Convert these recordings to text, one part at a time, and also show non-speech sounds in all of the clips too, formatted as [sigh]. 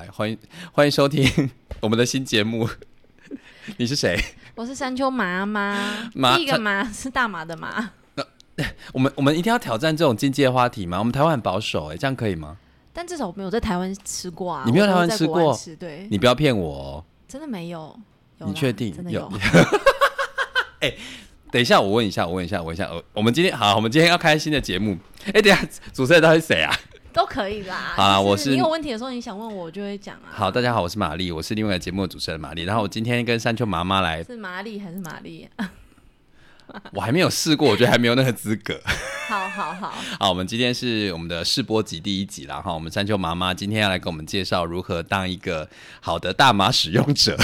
来，欢迎欢迎收听 [laughs] 我们的新节目。 [laughs] 你是谁？我是山丘麻妈，麻第一个麻是大麻的麻，我们我们一定要挑战这种境界话题吗？我们台湾很保守、哎，这样可以吗？但至少我没有在台湾吃过啊。你没有我都台湾在吃国外过吃对，你不要骗我、哦。真的没有。有你啦确定真的有 [laughs] 哎有。等一下，我问一下，我问一下，我问一下。我我们今天好，我们今天要开新的节目。哎、等一下，主持人到底是谁啊？都可以啦。 [laughs] 好啦就是我是你有问题的时候，你想问我，我就会讲啊。好，大家好，我是玛丽，我是另外一个节目的主持人玛丽。然后我今天跟山丘妈妈来，是麻利还是玛丽？我还没有试过，我觉得还没有那个资格。好好好， [laughs] 好，我们今天是我们的试播集第一集啦，哈，我们山丘妈妈今天要来给我们介绍如何当一个好的大麻使用者。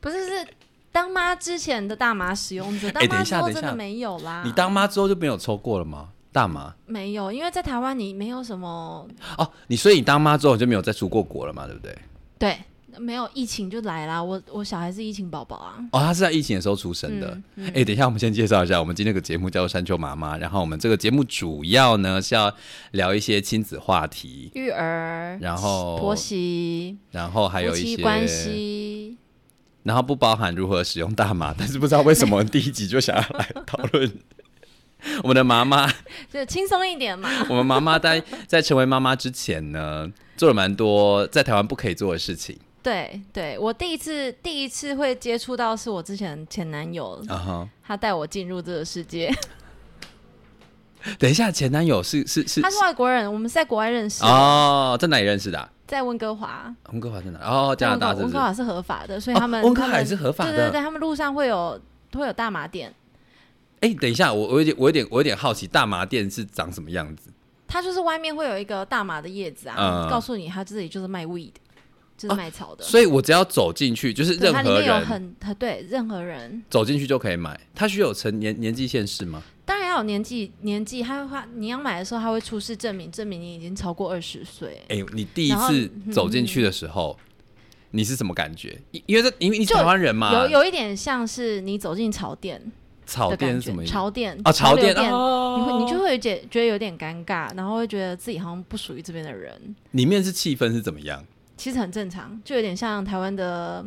不是是当妈之前的大麻使用者，当哎等妈一之下后等一真下的没有啦。你当妈之后就没有抽过了吗？大麻没有，因为在台湾你没有什么哦，你所以你当妈之后你就没有再出过国了嘛，对不对？对，没有疫情就来啦。我我小孩是疫情宝宝啊。哦，他是在疫情的时候出生的。哎、嗯等一下，我们先介绍一下，我们今天这个节目叫做《山丘妈妈》，然后我们这个节目主要呢是要聊一些亲子话题，育儿，然后婆媳，然后还有夫一妻些关系，然后不包含如何使用大麻， [laughs] 但是不知道为什么第一集就想要来讨论我们的妈妈。 [laughs] 就轻松一点嘛。我们妈妈在在成为妈妈之前呢，做了蛮多在台湾不可以做的事情。对对，我第一次第一次会接触到是我之前前男友，啊哈，他带我进入这个世界。等一下，前男友是是是他是外国人，我们是在国外认识，哦，在哪里认识的啊、在温哥华。温哥华在哪？哦，加拿大温是不哥温是哥？华是合法的，所以哦他们温哥华他们也是合法的对对对，他们路上会有会有大麻店，哎、等一下，我我有点我有点我有点好奇，大麻店是长什么样子？它就是外面会有一个大麻的叶子啊，嗯告诉你它这里就是卖 weed，就是卖草的。啊所以我只要走进去，就是啊对任它里何面有人很很对任何人，走进去就可以买。它需要有成年年纪限制吗？当然要有年纪，年纪他会花，你要买的时候他会出示证明，证明你已经超过二十岁。哎、你第一然后嗯次走进去的时候，你是什么感觉？因因为这因为你是台湾人嘛，有有一点像是你走进潮店草的店感是什么意觉，思？潮店啊，潮流店，店，哦你会你就会有点觉得有点尴尬，然后会觉得自己好像不属于这边的人，里面是气氛是怎么样？其实很正常，就有点像台湾的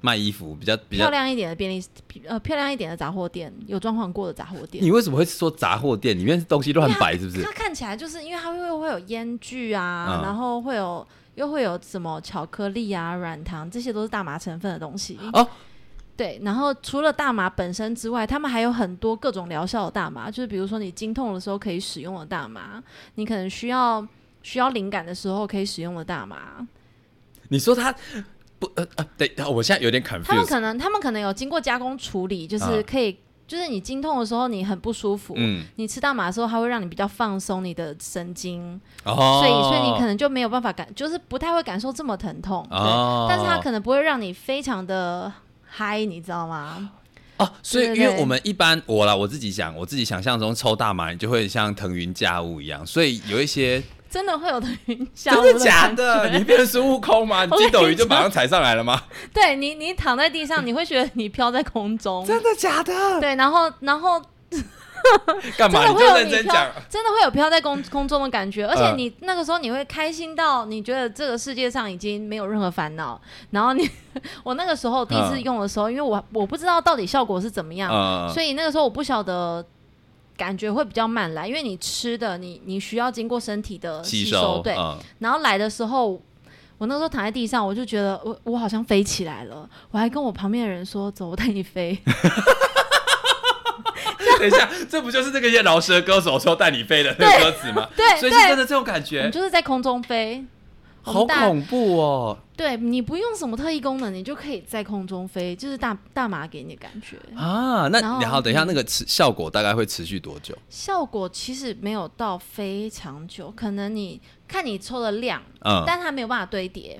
卖衣服比较比漂较。亮一点的便利呃漂亮一点的杂货店，有装潢过的杂货店你。为什么会说杂货店里面东西乱摆？是不是它？啊看起来就是因为它会会有烟具啊，嗯然后会有又会有什么巧克力啊、软糖，这些都是大麻成分的东西。哦，对，然后除了大麻本身之外，他们还有很多各种疗效的大麻，就是比如说你经痛的时候可以使用的大麻，你可能需要需要灵感的时候可以使用的大麻。你说他不呃呃，对，我现在有点他们 confused。可能他们可能有经过加工处理，就是啊可以，就是你经痛的时候你很不舒服，嗯，你吃大麻的时候它会让你比较放松你的神经，哦，所以所以你可能就没有办法感，就是不太会感受这么疼痛。对哦，但是它可能不会让你非常的嗨，你知道吗？哦，所以对对因为对我们一般我啦，我自己想，我自己想象中抽大麻，你就会像腾云驾雾一样，所以有一些真的会有的云下真的假的？你变成孙悟空 [laughs] 吗？你我跟筋你斗云就讲马上踩上来了吗？对你，你躺在地上，你会觉得你飘在空中。 [laughs] 真的假的？对，然后然后干真嘛？的你会就有认你真飘讲。，真的会有飘在空空中的感觉，而且嗯你那个时候你会开心到你觉得这个世界上已经没有任何烦恼。 [laughs] 然后你，我那个时候第一次嗯用的时候，因为我我不知道到底效果是怎么样，啊嗯，所以那个时候我不晓得，感觉会比较慢来，因为你吃的你你需要经过身体的吸收，对，嗯 [laughs] 然后来的时候。我那时候躺在地上，我就觉得我我好像飞起来了，我还跟我旁边的人说：“走，我带你飞。等一下，这不就是那个叶饶舌歌手说带你飞的那个歌词吗？ [laughs] 对所以是对真的这种感”我们觉，就是在空中飞，我好们大恐怖哦！对你不用什么特异功能，你就可以在空中飞，就是大大麻给你的感觉。啊，那嗯然后然后等一下那个持效果大概会持续多久？效果其实没有到非常久，可能你看你抽的量，嗯，但它没有办法堆叠。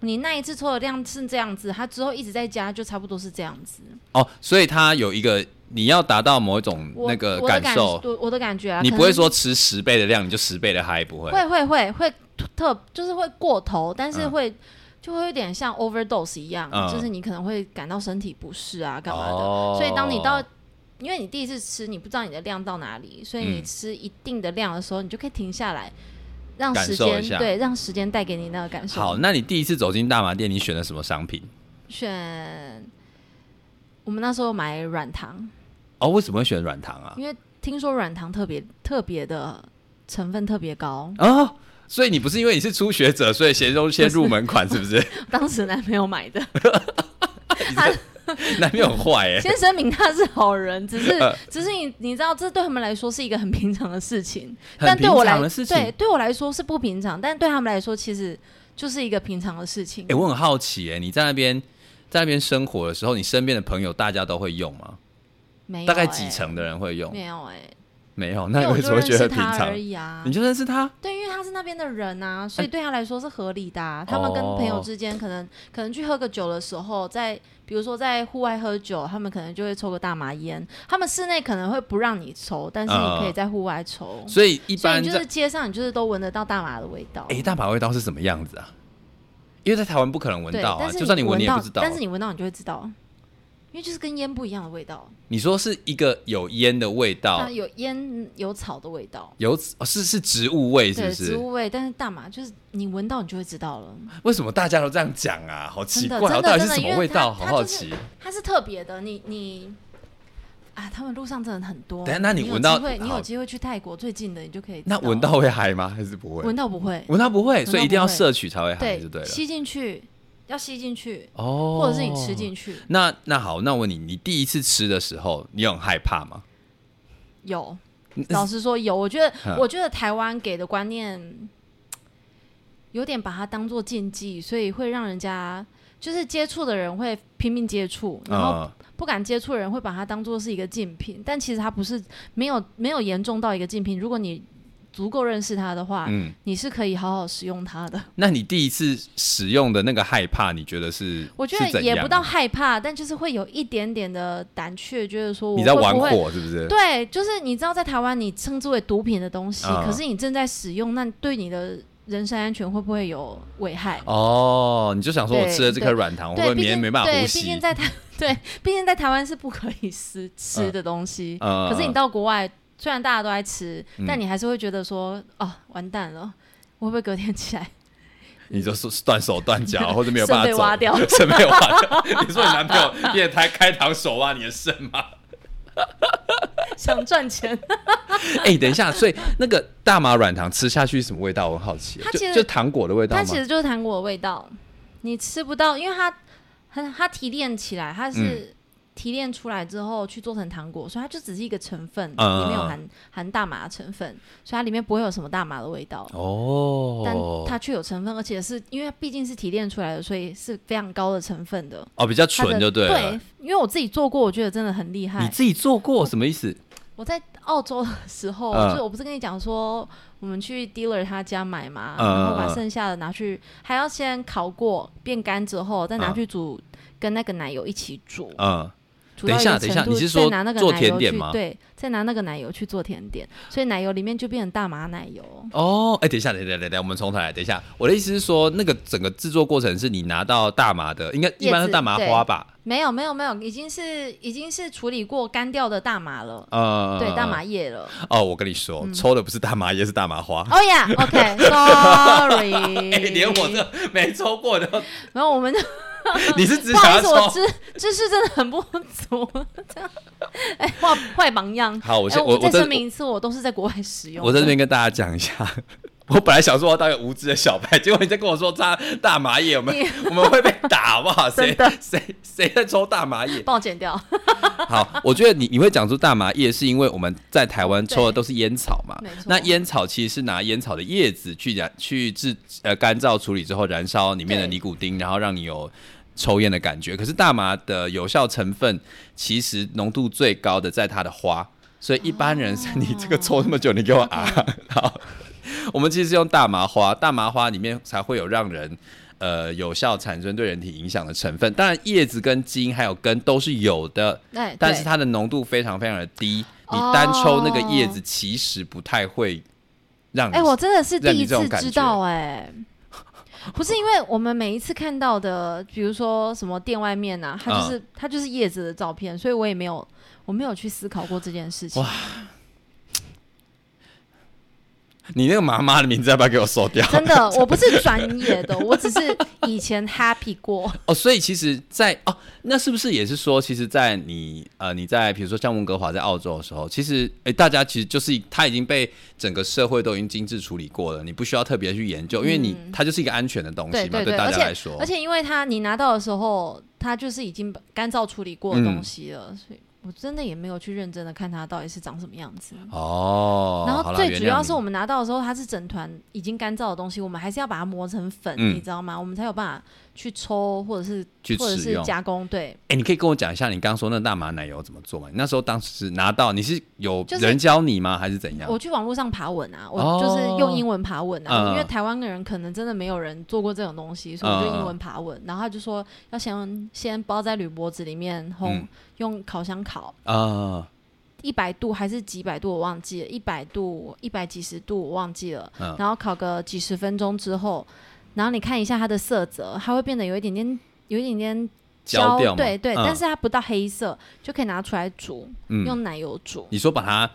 你那一次抽的量是这样子，它之后一直在加，就差不多是这样子。哦，所以它有一个你要达到某一种我那个我的感受，我我的感觉啊，你可不会能说吃十倍的量你就十倍的嗨，不会？会会会会特就是会过头，但是会、就会有点像 overdose 一样，嗯就是你可能会感到身体不适啊，干嘛的。哦所以当你到，因为你第一次吃，你不知道你的量到哪里，所以你嗯吃一定的量的时候，你就可以停下来，让感时受一间下对让时间带给你那个感受。好，那你第一次走进大麻店，你选了什么商品？选我们那时候买软糖，哦，为什么会选软糖啊？因为听说软糖特别特别的成分特别高，哦，所以你不是因为你是初学者，所以先入先入门款是不 [laughs] 是？当时男朋友买的。男朋友很坏哎、先声明他是好人，只是 [laughs] 呃只是你你知道，这对他们来说是一个很平常的事情，很但对我平常来的事情对对我来说是不平常，但对他们来说其实就是一个平常的事情。哎、我很好奇哎、你在那边在那边生活的时候，你身边的朋友大家都会用吗？没有、大概几？成的人会用？没有哎、没有，因那为你我为什就么认会觉得识平他常而？已啊你。就认识他？对，因为他是那边的人啊，所以对他来说是合理的、啊。他们跟哦朋友之间可能可能去喝个酒的时候，在比如说在户外喝酒，他们可能就会抽个大麻烟。他们室内可能会不让你抽，但是啊你可以在户外抽。所以一所以般你就在是街上，你就是都闻得到大麻的味道。哎、大麻味道是什么样子啊？因为在台湾不可能闻对，到啊，但是就算你闻闻你也到，不知道。但是你闻到你就会知道，啊因为就是跟烟不一样的味道，你说是一个有烟的味道它，有烟有草的味道，有哦是是植物味是对，不是植？物味。但是大麻就是你闻到你就会知道了，为什么大家都这样讲啊？好奇真的怪啊，真的到底是真的什么因为味道？它好它好就是奇。它是特别的。你你。啊，他们路上真的很多。等一下那你你有闻到机会你好有机会去泰国最近的，你就可以知 [laughs] 那闻到会嗨吗？还是不会闻？到不会，哦闻到不会，到所以一定要不会摄取才会嗨，就对了。吸进去要吸进去，哦，或者是你吃。进去那那好，那我问你，你第一次吃的时候，你有很害怕吗？有。老实说，有，我觉得嗯，我觉得台湾给的观念有点把它当做禁忌，所以会让人家就是接触的人会拼命接触，然后嗯不敢接触的人会把它当做是一个禁品，但其实它不是没有没有严重到一个禁品。如果你足够认识它的话，嗯，你是可以好好使用它的。那你第一次使用的那个害怕，你觉得是？我觉是得怎也样啊不到害怕，但就是会有一点点的胆怯，觉得说我你在会玩不会火是不是？对，就是你知道，在台湾你称之为毒品的东西，嗯可是你正在使用，那对你的人身安全会不会有危害？哦，你就想说我对吃了这颗对软哦糖，我对，会毕没竟没办法呼对，毕吸竟。在台 [laughs] 对，毕竟在台湾是不可以吃嗯吃的 [laughs] 东西，嗯可是你嗯到国外，虽然大家都爱吃，但嗯你还是会觉得说，哦，完蛋了，我会不会隔天起来 [laughs] 你就是断手断脚， [laughs] 或者没有办法肾被走，[laughs] 挖掉肾被挖掉。你说你男朋友变态开膛手挖你的肾吗？想赚钱？哎、等一下，所以那个大麻软糖吃下去是什么味道？我很好奇，它就其实就糖果的味道它吗？其实就是糖果的味道，你吃不到，因为它很它提炼起来，它嗯是提炼出来之后去做成糖果，所以它就只是一个成分，嗯里面有含含大麻的成分，所以它里面不会有什么大麻的味道。但哦，它却有成分，而且是因为毕竟是提炼出来的，所以是非常高的成分的。哦，比较它的纯就对了。对，因为我自己做过，我觉得真的很厉害你。自己做过什么意思？我在澳洲的时候，嗯就是我不是跟你讲说，我们去 dealer 他家买嘛，嗯然后嗯把嗯剩下的拿去，还要先烤过变干之后，再拿去煮，跟那个奶油一起煮，嗯，煮到等一下个程等一下度你是说再拿那个做奶甜油点去吗对，再拿那个奶油去做甜点，所以奶油里面就变成大麻奶油。哦，哎、等一下，等一下，等一下，我们从头来。等一下，我的意思是说，那个整个制作过程是你拿到大麻的，应该一般叶是子大麻花吧？没有没有没有，已经是已经是处理过干掉的大麻了，呃，对，大麻。叶了。哦，我跟你说，抽的不是大麻叶，是大麻花。哦呀 [laughs]，OK，Sorry，哎、连我这没抽过的，然后我们 [laughs] 你是只不好想意思，我要抽？知知识真的很不足， [laughs] 这样哎，坏坏榜样。好，我哎先、我我再在声明一次，我都是在国外使用的。我在这边跟大家讲一下， [laughs] 我本来想说我要当一个无知的小白，结果你在跟我说扎大麻叶，我们你我们会被打，好不 [laughs] 好？谁真的谁谁在抽大麻叶？帮我剪掉，好，我觉得你你会讲出大麻叶，是因为我们在台湾抽的对都是烟草嘛没错。那烟草其实是拿烟草的叶子去燃去制呃干燥处理之后，燃烧里面的对尼古丁，然后让你有。抽烟的感觉，可是大麻的有效成分其实浓度最高的在它的花，所以一般哦人是、 [laughs] 你这个抽那么久，你给我 [laughs] 啊嗯 [laughs] 好，我们其实是用大麻花，大麻花里面才会有让人呃有效产生对人体影响的成分。当然，叶子跟茎还有根都是有的， [laughs] 哎，但是对它的浓度非常非常的低，哦你单抽那个叶子其实不太会让你。哎，我真的是第让一次你这种感觉知道哎。不是因为我们每一次看到的，比如说什么店外面啊，它就是、它就是叶子的照片，所以我也没有我没有去思考过这件事情。哇你那个妈妈的名字要不要给我收掉？真的，我不是专业的，我只是以前 happy 过。 [laughs] 哦，所以其实在，哦，那是不是也是说，其实，在你呃，你在比如说像温哥华在澳洲的时候，其实诶，大家其实就是他已经被整个社会都已经精致处理过了，你不需要特别去研究，因为你它就是一个安全的东西嗯对嘛，对对，大而家且来说而。且因为它你拿到的时候，它就是已经干燥处理过的东西了，嗯所以我真的也没有去认真的看它到底是长什么样子。哦，然好后啦最原主谅要你是我们拿到的时候，它是整团已经干燥的东西，我们还是要把它磨成粉，嗯你知道吗？我们才有办法去抽或者是去或者使是用。加工。对，哎、你可以跟我讲一下你刚刚说那大麻奶油怎么做吗？你那时候当时拿到，你是有就是人教你吗，还是怎样？我去网络上爬文啊，我哦就是用英文爬文啊，嗯因为台湾的人可能真的没有人做过这种东西，所以我就英文爬文。然后他就说要先先包在铝箔纸里面烘，嗯用烤箱烤啊、一百度还是几百度我忘记了，一百度一百几十度我忘记了，嗯然后烤个几十分钟之后，然后你看一下它的色泽，它会变得有一点点有一点点焦掉吗？对对，嗯但是它不到黑色，就可以拿出来煮，嗯用奶油煮。你说把它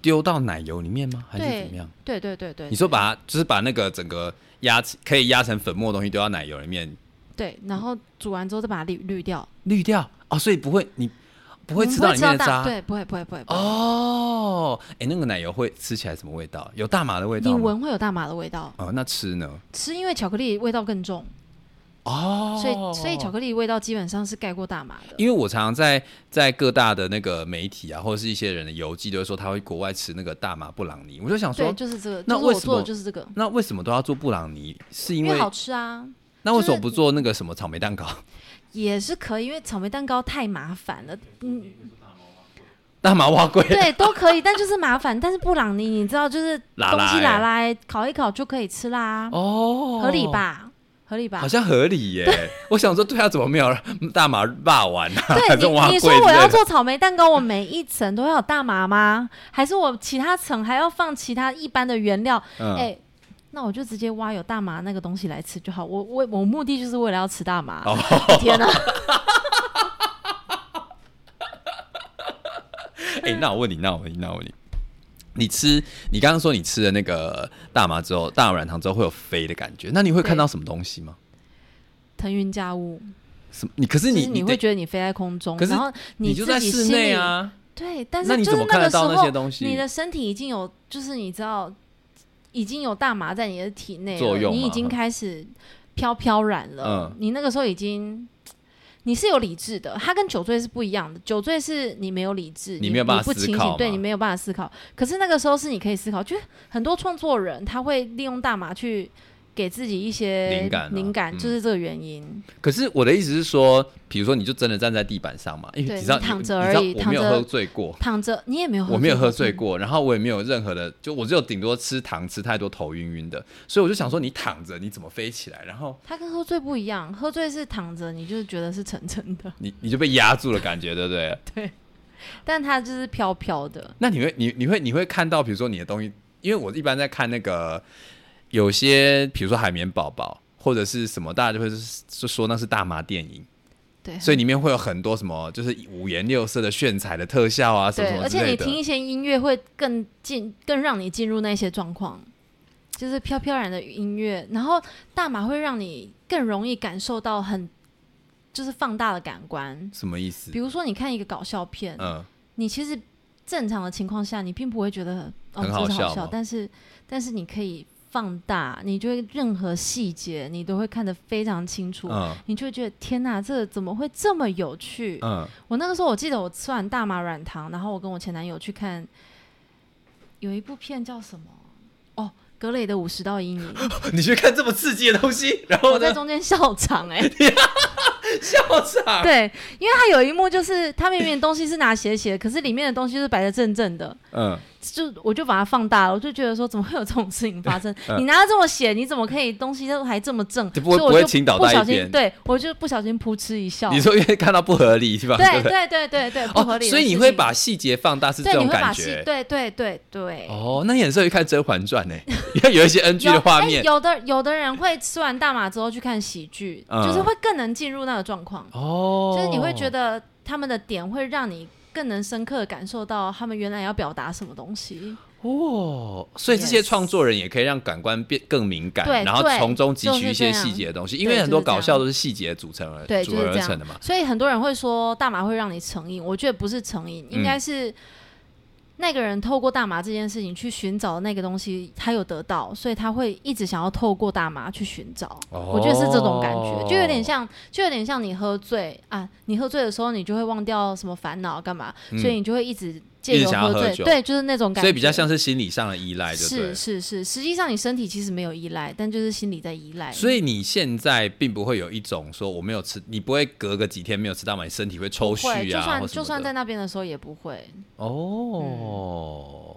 丢到奶油里面吗？还是对怎么样？对对对对，你说把它就是把那个整个压可以压成粉末的东西丢到奶油里面对，然后煮完之后再把它滤滤掉，滤掉哦，所以不会你不不会吃到里面的大渣对，不会不会不会。不会哦。哎、那个奶油会吃起来什么味道？有大麻的味你道吗？闻会有大麻的味道，哦，那吃呢？吃因为巧克力味道更重，哦，所以所以巧克力味道基本上是盖过大麻的。因为我常常在在各大的那个媒体啊，或者是一些人的游记，都会说他会国外吃那个大麻布朗尼，我就想对，说，就是这个，那就是为我什么做的就是这个，那为什么都要做布朗尼？是因因为为好吃啊，那为就是什么不做那个什么草莓蛋糕？也是可以，因为草莓蛋糕太麻 [laughs] 烦了，嗯，大麻蛙 [laughs] 贵，对，都可以，但就是麻烦。但是布朗尼，你知道，就是拉东拉西欸拉拉欸烤一烤就可以吃啦，哦，合理？吧？合理吧？好像合理耶。我想说，对啊，怎么没有大麻霸丸啊？还是 [laughs] 对蛙你，你说贵之我类要的做草莓蛋糕，我每一层都要有大麻吗？还是我其他层还要放其他一般的原料？哎、嗯那我就直接挖有大麻那个东西来吃就好。我我我目的就是为了要吃大麻。哦天哪、哎、嗯那我问你，那我问你，那我问你，你吃你刚刚说你吃了那个大麻之后，大麻软糖之后会有飞的感觉，那你会看对到什么东西吗？腾云驾雾，什么？你可是就你是你得会觉得你飞在空中， [laughs] 可是然后你就自在己室心内里、啊，对，但那是你就怎是么看个得时到候那些东西你的身体已经有，就是你知道，已经有大麻在你的体内了作用你嘛已经哈开始飘飘然了。嗯你那个时候已经。你是有理智的，它跟酒醉是不一样的。酒醉是你没有理智，你你没有办法你不思清考醒，对嘛你没有办法思考。可是那个时候是你可以思考，就是很多创作人他会利用大麻去给自己一些灵感啊嗯就是这个原因。可是我的意思是说，比如说你就真的站在地板上嘛，因为对你知道你躺你着你而已知道我没有躺着哦嗯喝醉过，躺着你也没有喝，我没有喝醉，过，然后我也没有任何的，就我只有顶多吃糖吃太多头晕晕的，所以我就想说你躺着你怎么飞起来，然后它跟喝醉不一样，喝醉是躺着，你就是觉得是沉沉的， [laughs] 你你就被压住了感觉，对不对？但它就是飘飘的。那你会你你会你会看到，比如说你的东西，因为我一般在看那个有些，比如说海绵宝宝或者是什么，大家就会就说那是大麻电影。 [laughs] 对，所以里面会有很多什么，就是五颜六色的炫彩的特效啊，什么对什，么而之且类你的。听一些音乐会更进，更让你进入那些状况，就是飘飘然的音乐，然后大麻会让你更容易感受到很，就是放大的感官。什么意思比？如说，你看一个搞笑片，嗯，你其实正常的情况下，你并不会觉得哦很好这是笑好笑吗，但是但是你可以放大，你就会任何细节你都会看得非常清楚，嗯你就会觉得天哪，这怎么会这么有趣？嗯，我那个时候我记得我吃完大麻软糖，然后我跟我前男友去看有一部片叫什么哦，格雷的五十道阴 [laughs] 影，你去看这么刺激的东西，然后我在呢，中间笑 [laughs] 场哎、笑场。对，因为他有一幕就是他明明东西是拿斜斜，可是里面的东西是摆的正正的。嗯，就我就把它放大了，我就觉得说怎么会有这种事情发生？ [laughs] 嗯你拿到这么写，你怎么可以东西都还这么正？就不会所以我不会就倾倒不在一小心边，对我就不小心扑哧一笑。你说因为看到不合理地方，[laughs] 对不对？对对对对，不合哦，理的事情。所以你会把细节放大是这对你种会把感戏觉。对对对对。哦，那你很适合去看《甄嬛传》呢， [laughs] 因为有一些 NG 有的画哎面。有的有的人会吃完大麻之后去看喜剧，嗯就是会更能进入那个状况，哦，就是你会觉得他们的点会让你更能深刻的感受到他们原来要表达什么东西。哦，所以这些 Yes 创作人也可以让感官变更敏感，对然后对从中汲就取一是这些样细节的东西，因对为就很是多这样搞笑都是细节组成而对，组就是合这而成的样嘛。。所以很多人会说大麻会让你成瘾，我觉得不是成瘾，嗯应该是那个人透过大麻这件事情去寻找那个东西，他有得到，所以他会一直想要透过大麻去寻找。哦我觉得是这种感觉，就有点像，就有点像你喝醉啊，你喝醉的时候你就会忘掉什么烦恼干嘛，所以你就会一直借嗯一直由想要喝醉，酒对，就是那种感觉，所以比较像是心理上的依赖，对不对是？是是，实际上你身体其实没有依赖，但就是心里在依赖，所以你现在并不会有一种说我没有吃，你不会隔个几天没有吃到嘛，你身体会抽不搐会，就啊，算或什就么算在的。那边的时候也不会，哦，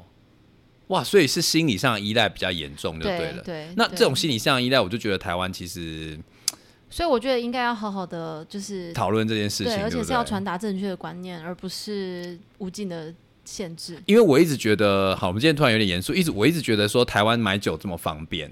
哇，所以是心理上的依赖比较严重，就对了。对。那对这种心理上的依赖，我就觉得台湾其实所以我觉得应该要好好的就是讨论这件事情，对，而且不是要传达正确的观念，而不是无尽的限制。因为我一直觉得，好，我们今天突然有点严肃，一直我一直觉得说台湾买酒这么方便，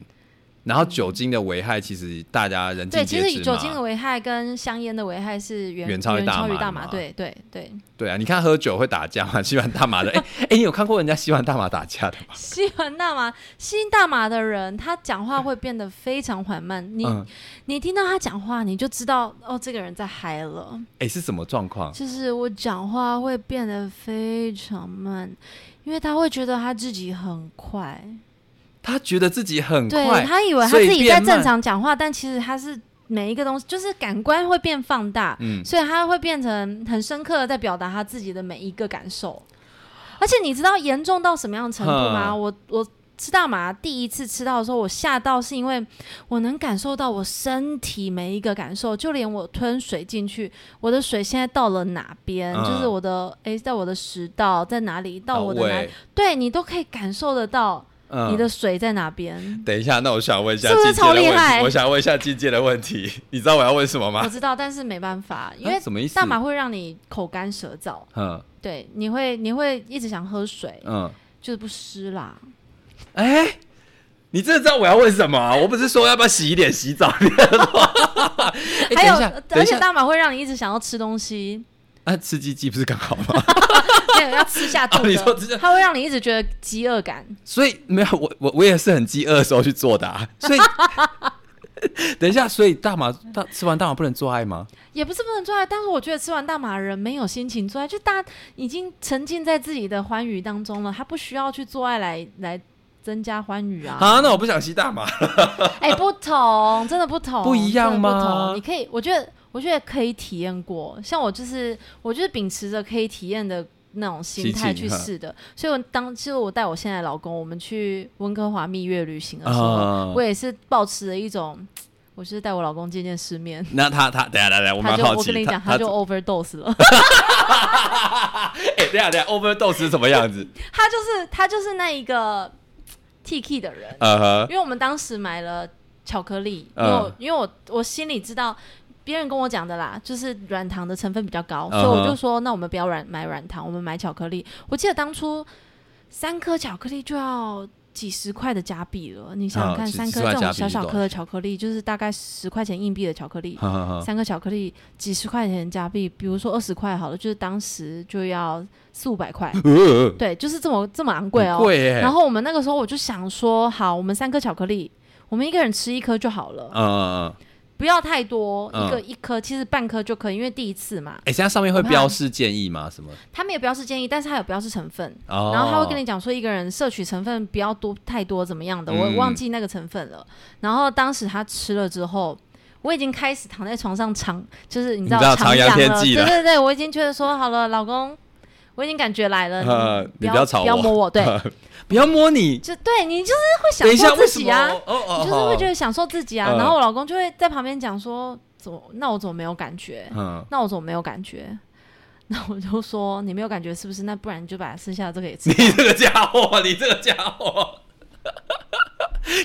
然后酒精的危害其实大家人尽嗯对，其皆知实嘛。酒精的危害跟香烟的危害是远远超超于大麻于的大嘛麻，对对对。对啊，你看喝酒会打架 [laughs] 嘛，吸完大 [laughs] 麻的，哎、哎、你有看过人家吸完大麻打架的吗？吸完大麻，吸大麻的人，他讲话会变得非常缓慢。你、嗯，你听到他讲话，你就知道哦，这个人在嗨了。哎、是什么状况？就是我讲话会变得非常慢，因为他会觉得他自己很快。他觉得自己很对快，他以为他所以自己变在慢正常讲话，但其实他是每一个东西，就是感官会变放大，嗯所以他会变成很深刻的在表达他自己的每一个感受。而且你知道严重到什么样的程度吗？哼我我吃大麻第一次吃到的时候，我吓到是因为我能感受到我身体每一个感受，就连我吞水进去，我的水现在到了哪边，嗯就是我的诶，在我的食道在哪里，到到我的哪里位，对你都可以感受得到嗯你的水在哪边。等一下，那我想问一下是不是境界超的厉问害题，我想问一下境界的问题， [laughs] 你知道我要问什么我吗？知道，但是没办法，因啊为什么意思？大麻会让你口干舌燥，嗯对，你会你会一直想喝水，嗯，就是不湿啦。哎、你真的知道我要问什么啊、我不是说要不要洗脸、洗澡？你知道 [laughs] 吗哎还有等一下，，等而一且下，大麻会让你一直想要吃东西，啊，吃鸡鸡不是更好吗？ [laughs] 对，要吃下肚哦你说吃的，下它会让你一直觉得饥饿感。所以没有，我我我也是很饥饿的时候去做的、 [laughs] 啊，所以。等一下，所以大麻大吃完大麻不能做爱吗？也不是不能做爱，但是我觉得吃完大麻的人没有心情做爱，就大已经沉浸在自己的欢愉当中了，他不需要去做爱来来增加欢愉啊。啊，那我不想吸大麻。哎、不同，真的不同，不一样吗真的不同你可以，我觉得，我觉得可以体验过。像我就是，我就是秉持着可以体验的那种心态心情去哈试的。所以我当，其实我带我现在的老公，我们去温哥华蜜月旅行的时候，啊我也是抱持了一种，我就是带我老公见见世面。那他他等一下等一下，我他蛮就好我奇，跟你讲，他他就 overdose 了。 [laughs] 哎、等一下等一下，overdose 是什么样 [laughs] 子？他就是他就是那一个 T K 的人，呃呵，因为我们当时买了巧克力，因嗯为我、因为我我心里知道别人跟我讲的啦，就是软糖的成分比较高，嗯所哼以我就说那我们不要软买软糖，我们买巧克力。我记得当初三颗巧克力就要。几十块的加币了，你想想啊看，几三十颗块这加种币小是小多颗少嗯的巧克力，就是大概十块钱硬币的巧克力，呵呵呵三颗巧克力几十块钱加币，比如说二十块好了，就是当时就要四五百块，呃，对，就是这么这么昂贵哦。很贵耶然后我们那个时候我就想说，好，我们三颗巧克力，我们一个人吃一颗就好了，嗯嗯嗯，不要太多，嗯一个一颗，其实半颗就可以，因为第一次嘛。哎、现在上面会我怕标示建议吗？什么？他们也标示建议，但是他有标示成分，哦，然后他会跟你讲说一个人摄取成分不要多太多怎么样的，嗯我忘记那个成分了。然后当时他吃了之后。我已经开始躺在床上长，就是你知道你知道徜徜徉徉天了，际对了对对，我已经觉得说好了，老公，我已经感觉来了，呃你不不要要吵不要我摸 [laughs] 我，对，不要摸你。就对你就是会享等一下，受为自什己么？啊，哦哦，你就是会觉得，得享受自己啊。嗯然后我老公就会在旁边讲说：“怎么？那我怎么没有感觉？嗯，那我怎么没有感觉？” [laughs] 那我就说：“你没有感觉是不是？那不然你就把剩下的这个也吃你。这个家伙，你这个家伙。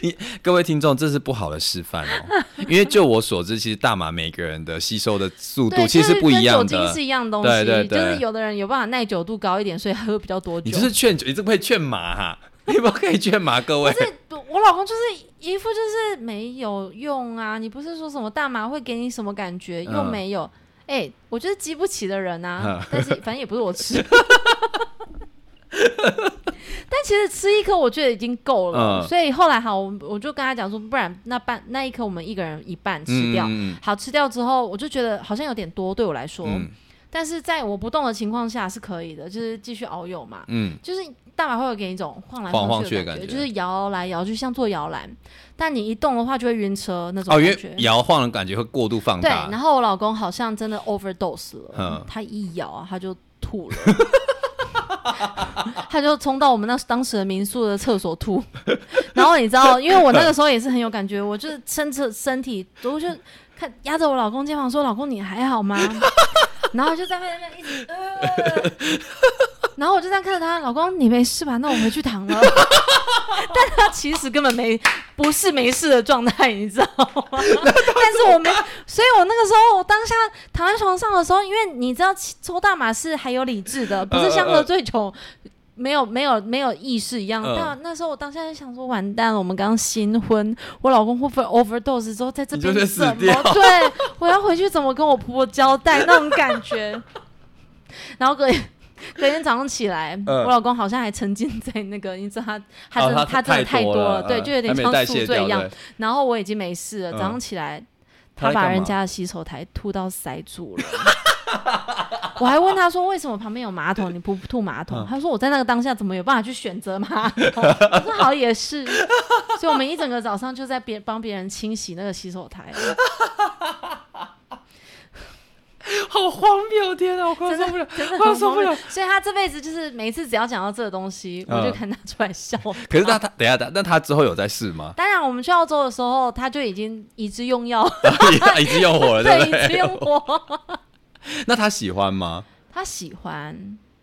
你各位听众，这是不好的示范哦，因为就我所知，其实大麻每个人的吸收的速”度对，其就实是不一样跟酒精的是。一样的东西，对对对就是有的人有办法耐酒度高一点，所以喝比较多你酒。这是劝酒，你这不可以劝麻哈，你不可以劝麻，各位。我老公就是一副就是没有用啊！你不是说什么大麻会给你什么感觉，嗯又没有。哎、我就是 [laughs] 激不起的人啊，但是反正也不是我吃。但其实吃一颗我觉得已经够了，嗯所以后来好，我我就跟他讲说，不然那半那一颗我们一个人一半吃掉。嗯嗯好，吃掉之后，我就觉得好像有点多，对我来说。嗯但是在我不动的情况下是可以的，就是继续遨游嘛。嗯就是大马会有给你一种晃来晃晃去去的的感感觉就是摇来摇去，像坐摇篮。但你一动的话就会晕车那嗯，种哦，因感觉。为摇晃的感觉会过度放对，大然，后我老公好像真的 overdose 了，嗯他一咬啊他就吐了。 [laughs] 他就冲到我们那当时的民宿的厕所 [laughs] 吐，然后你知道，因为我那个时候也是很有感觉，我就是撑着身体，我就看压着我老公肩膀说：“老公，你还好吗？” [laughs] 然后就在那边一直，呃、然后我就这样看着他，老公你没事吧？那我回去躺了。 [laughs] 但他其实根本没不是没事的状态，你知道吗？ [laughs] 但是我没，所以我那个时候我当下躺在床上的时候，因为你知道抽大麻是还有理智的，不嗯是像喝醉酒。没有没有没有意识一样，嗯但那时候我当下就想说，完蛋了，我们刚新婚，我老公会不会 overdose 之后在这你边就会死怎么掉对我要回去怎么跟我婆婆交代那种感觉。然后隔天隔天早上起来，嗯我老公好像还沉浸在那个，你知道他他哦真的、他真的太多了，对，嗯就有点还没像代宿谢醉掉一样。对然后我已经没事嗯了，早上起来他他在干把嘛人家的洗手台吐到塞住了。 [laughs] 我还问他说：“为什么旁边有马桶，你不吐马桶？”嗯他说：“我在那个当下怎么有办法去选择马桶？” [laughs] 我说：“好，也是。”所以，我们一整个早上就在别帮别人清洗那个洗手台，好荒谬！天啊，我快真受不了的！真的我很受荒不了谬。所以他这辈子就是每一次只要讲到这个东西，嗯我就看他出来笑。？可是那他等一下，那他之后有在试吗 [laughs] 当然，我们去澳洲的时候，他就已经已知用药，已经用火了，哦对 [laughs] 对，不已知对？用火， [laughs] 那他喜欢吗？他喜欢。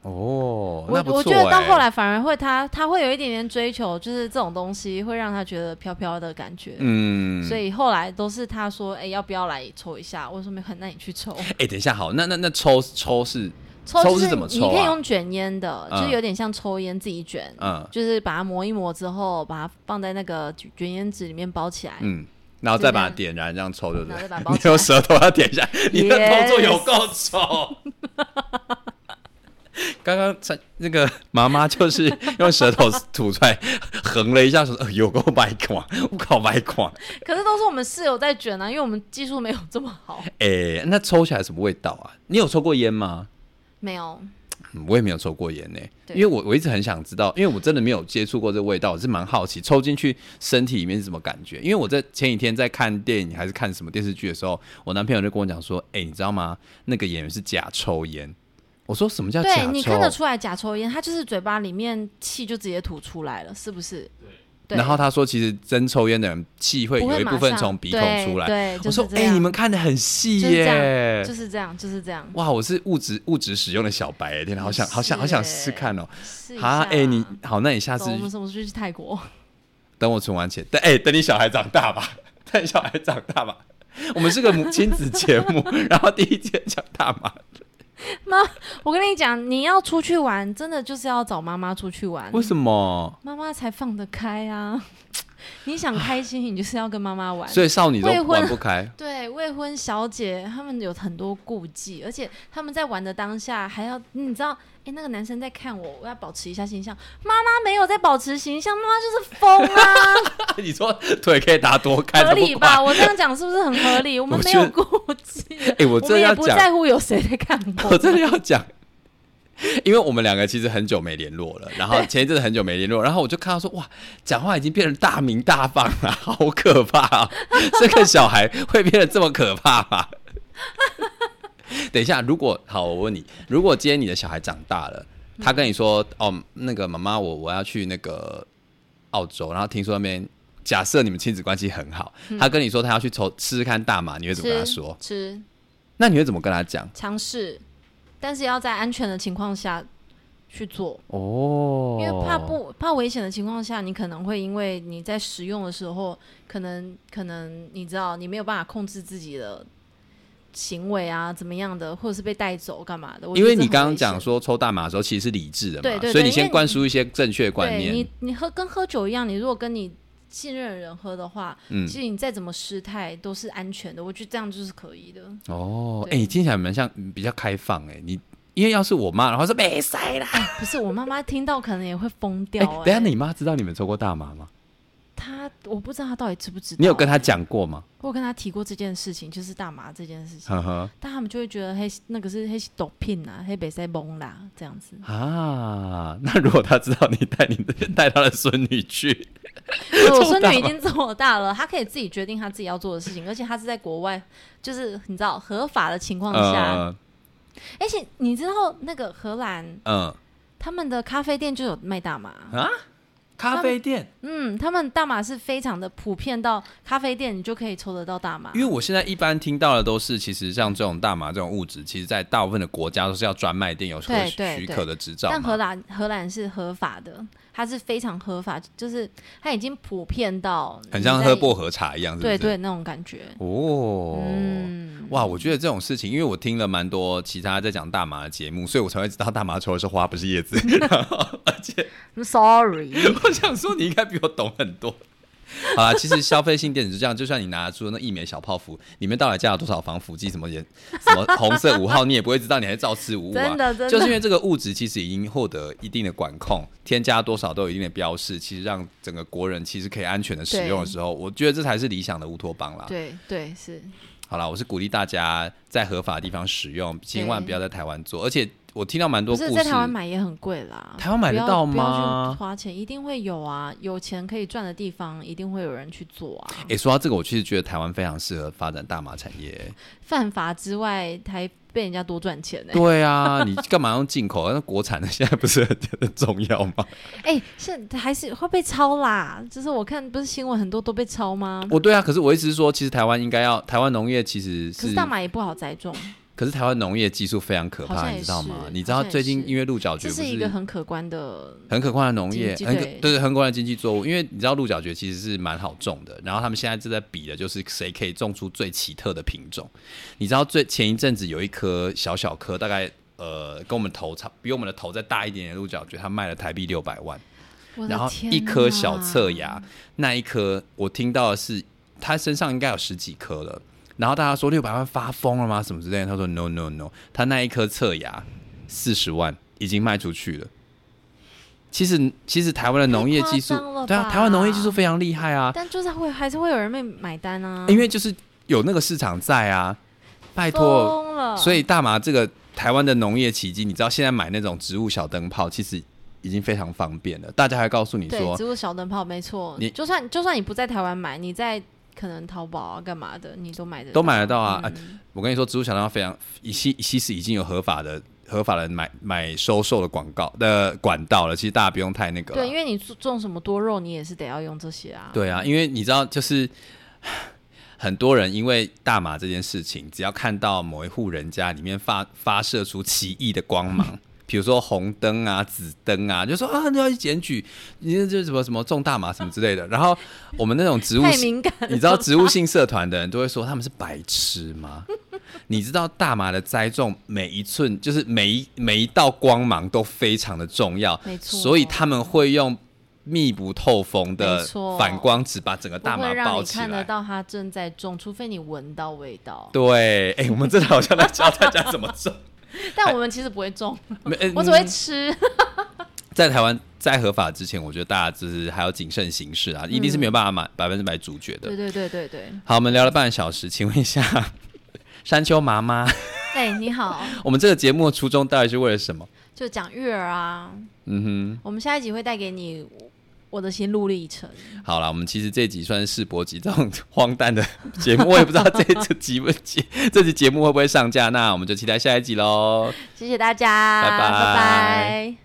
哦，我那不错我觉得到欸后，来反而会他他会有一点点追求，就是这种东西会让他觉得飘飘的感觉。嗯，所以后来都是他说：“哎、要不要来抽一下？”我说：“没很，那你去抽。哎，等一下，好，那那那抽抽是，抽抽就是怎么你抽可以啊用卷烟的，嗯就是有点像抽烟自己卷，嗯就是把它磨一磨之后，把它放在那个卷卷烟纸里面包起来，嗯，然后再把它点燃，这样抽，对不然后对 [laughs] 再？把它包你起来用。舌头要点一下，你的 Yes 动作有够丑。 [laughs] 刚刚在那个妈妈就是用舌头吐出来，横了一下，说：“呃、有够白款，我靠白款。可是都是我们室友在卷啊，因为我们技术没有这么好。哎，那抽起来什么味道啊？你有抽过烟吗？没有，嗯我也没有抽过烟呢、对因为我我一直很想知道，因为我真的没有接触过这个味道，我是蛮好奇抽进去身体里面是什么感觉。因为我在前几天在看电影还是看什么电视剧的时候，我男朋友就跟我讲说：“哎、你知道吗？那个演员是假抽烟。”我说：“什么叫假对抽？”你看得出来假抽烟，他就是嘴巴里面气就直接吐出来了，是不是？对然后他说：“其实真抽烟的人气会不有一马部分上从鼻孔出来。对，对就是我这说：“哎、样你们看的很细就是这耶！”样，就是这样，就是这样。哇，我是物质物质使用的小白、天哪，好想好想好想是试试看哦！试一好，下哎、你好，那你下次我们什么时候去泰国？ [laughs] 等我存完钱，等哎、等你小孩长大吧， [laughs] 等你小孩长大吧。 [laughs] 我们是个母亲子节目， [laughs] 然后第一节讲大麻，嗯我跟你讲，你要出去玩，真的就是要找妈妈出去玩，为什么？妈妈才放得开啊！ [laughs] 你想开心，你就是要跟妈妈玩。所以少女都未婚玩不 [laughs] 开，对未婚小姐，她们有很多顾忌，而且她们在玩的当下还要，你知道，哎、那个男生在看我，我要保持一下形象。妈妈没有在保持形象，妈妈就是疯 [laughs] 啊！你说腿可以打多开，合理都吧？不管？我这样讲是不是很合理？我们我没觉有得顾 [laughs] 忌，啊哎、我我真的们要也不讲，在乎有谁在 [laughs] 看我我。真的要讲，因为我们两个其实很久没联络了，然后前一阵子很久没联络，然后我就看到说，哇，讲话已经变成大名大放了，好可怕啊！这个小孩会变得这么可怕吗？ [laughs] 等一下，如果好，我问你，如果今天你的小孩长大了，他跟你说，哦，那个妈妈，我我要去那个澳洲，然后听说那边。假设你们亲子关系很好，他跟你说他要去抽试试看大麻，你会怎么跟他说？嗯吃那你会怎么跟他讲？尝试，但是要在安全的情况下去做，哦因为怕不怕危险的情况下，你可能会因为你在使用的时候，可能可能你知道你没有办法控制自己的行为啊，怎么样的，或者是被带走干嘛的。我觉因得为这你很刚刚危讲险说抽大麻的时候其实是理智的嘛，对对所以对你因先为灌输一些正确观对念你，你喝跟喝酒一样，你如果跟你信任的人喝的话，嗯其实你再怎么失态都是安全的。我觉得这样就是可以的。哦，哎、对你听起来蛮像嗯比较开放哎、你因为要是我妈，然后说没塞啦。不是我妈妈听到可能也会疯掉、哎、欸。等一下你妈知道你们抽过大麻吗？她我不知道她到底知不知道。你有跟她？她讲过吗？我有跟她提过这件事情，就是大麻这件事情，呵呵但他们就会觉得黑那个是黑是毒品啊，黑北塞蒙啦这样 [laughs] 子。啊，那如果她知道你带你的带她的孙女去，我这么孙大女已经这么大了，她可以自己决定她自己要做的事情，而且她是在国外，就是你知道合法的情况下，嗯而且你知道那个荷兰嗯他们的咖啡店就有卖大麻，啊，咖啡店，嗯，他们大麻是非常的普遍到咖啡店你就可以抽得到大麻因，为我现在一般听到的都是，其实像这种大麻这种物质，其实在大部分的国家都是要专卖店有对核对许对可的执照但荷嘛。兰荷兰是合法的，它是非常合法，就是它已经普遍到很你像在喝薄荷茶一样，是不是？对对那种感觉，哦，嗯，哇，我觉得这种事情，因为我听了蛮多其他在讲大麻的节目，所以我才会知道大麻抽的是花，不是叶 [laughs] 子。然后而且 I'm sorry，我想说，你应该比我懂很多。好啦，其实消费性电子是这样，就算你拿出那一枚小泡芙，里面到底加了多少防腐剂，什么颜， [laughs] 什么红色五号，你也不会知道，你还照吃无误啊 [laughs] 真。的真的就是因为这个物质其实已经获得一定的管控，添加多少都有一定的标示，其实让整个国人其实可以安全的使用的时候，我觉得这才是理想的乌托邦啦。对对是，好啦，我是鼓励大家在合法的地方使用，千万对不要在台湾做。而且我听到蛮多不故是事，在台湾买也很贵啦，台湾买不得要到不要吗去花钱一定会有啊，有钱可以赚的地方一定会有人去做啊。诶，说到这个，我其实觉得台湾非常适合发展大麻产业。犯法之外还被人家多赚钱呢、对啊，你干嘛用进口？那国产的现在不是很 [laughs] 很重要吗？哎、现在还是会被抄啦，就是我看不是新闻很多都被抄吗？我对啊，可是我一直说，其实台湾应该要台湾农业其实可是，是大麻也不好栽种，可是台湾农业技术非常可好怕，像你也知道是吗？你知好道像也最近是因为鹿角蕨这不是一个很可观的。很可观的农业，经济很可对对很可观的经济作物，因为你知道鹿角蕨其实是蛮好种的，然后他们现在正在比的就是谁可以种出最奇特的品种。你知道最前一阵子有一颗小小颗，大概呃跟我们头差比我们的头再大一点点的鹿角蕨，它卖了台币六百万，我的然后天一颗哪小侧芽，那一颗我听到的是它身上应该有十几颗了。然后大家说六百万发疯了吗？什么之类的？他说 no no no，他那一颗侧芽四十万已经卖出去了。其实其实台湾的农业技术太夸张，了对啊，吧台湾农业技术非常厉害啊，但就是会还是会有人被买单啊，哎因为就是有那个市场在啊。拜托，疯了，所以大麻这个台湾的农业奇迹，你知道现在买那种植物小灯泡，其实已经非常方便了。大家还告诉你对说，植物小灯泡没错，你就算就算你不在台湾买，你在可能淘宝啊干嘛的，你都买得都买得到啊嗯我跟你说，植物小灯泡非常已其其实已经有合法的合法的买买收售的广告的管道了。其实大家不用太那个了啊对，因为你种种什么多肉，你也是得要用这些啊。对啊，因为你知道，就是 [sighs] 很多人因为大麻这件事情，只要看到某一户人家里面发发射出奇异的光 [laughs] 芒。比如说红灯啊、紫灯啊，就说啊，你要去检举，你这这什么什么种大麻什么之类的。然后我们那种植物太系敏感了，你知道植物性社团的人都会说他们是白痴吗？ [laughs] 你知道大麻的栽种每一寸，就是每一每一道光芒都非常的重要，没错所以他们会用密不透风没的错反光纸把整个大不麻会让包你起看得来。到它正在种，除非你闻到味道。对，哎、我们真的好像在教大家怎么 [laughs] 种。但我们其实不会种，没呃我只会 [laughs] 嗯吃。在台湾在合法之前，我觉得大家就是还要谨慎行事啊，一定是没有办法买百分之百主角的嗯对。对对对对。好，我们聊了半个小时，请问一下 [laughs] 山丘妈妈，哎，你好， [laughs] 我们这个节目的初衷到底是为了什么？就讲育儿啊。嗯哼。我们下一集会带给你我的心路历程。好啦，我们其实这一集算是试播集，这种荒诞的节目，我也不知道这这集不集这集节目会不会上架，那我们就期待下一集喽。谢谢大家，拜拜拜拜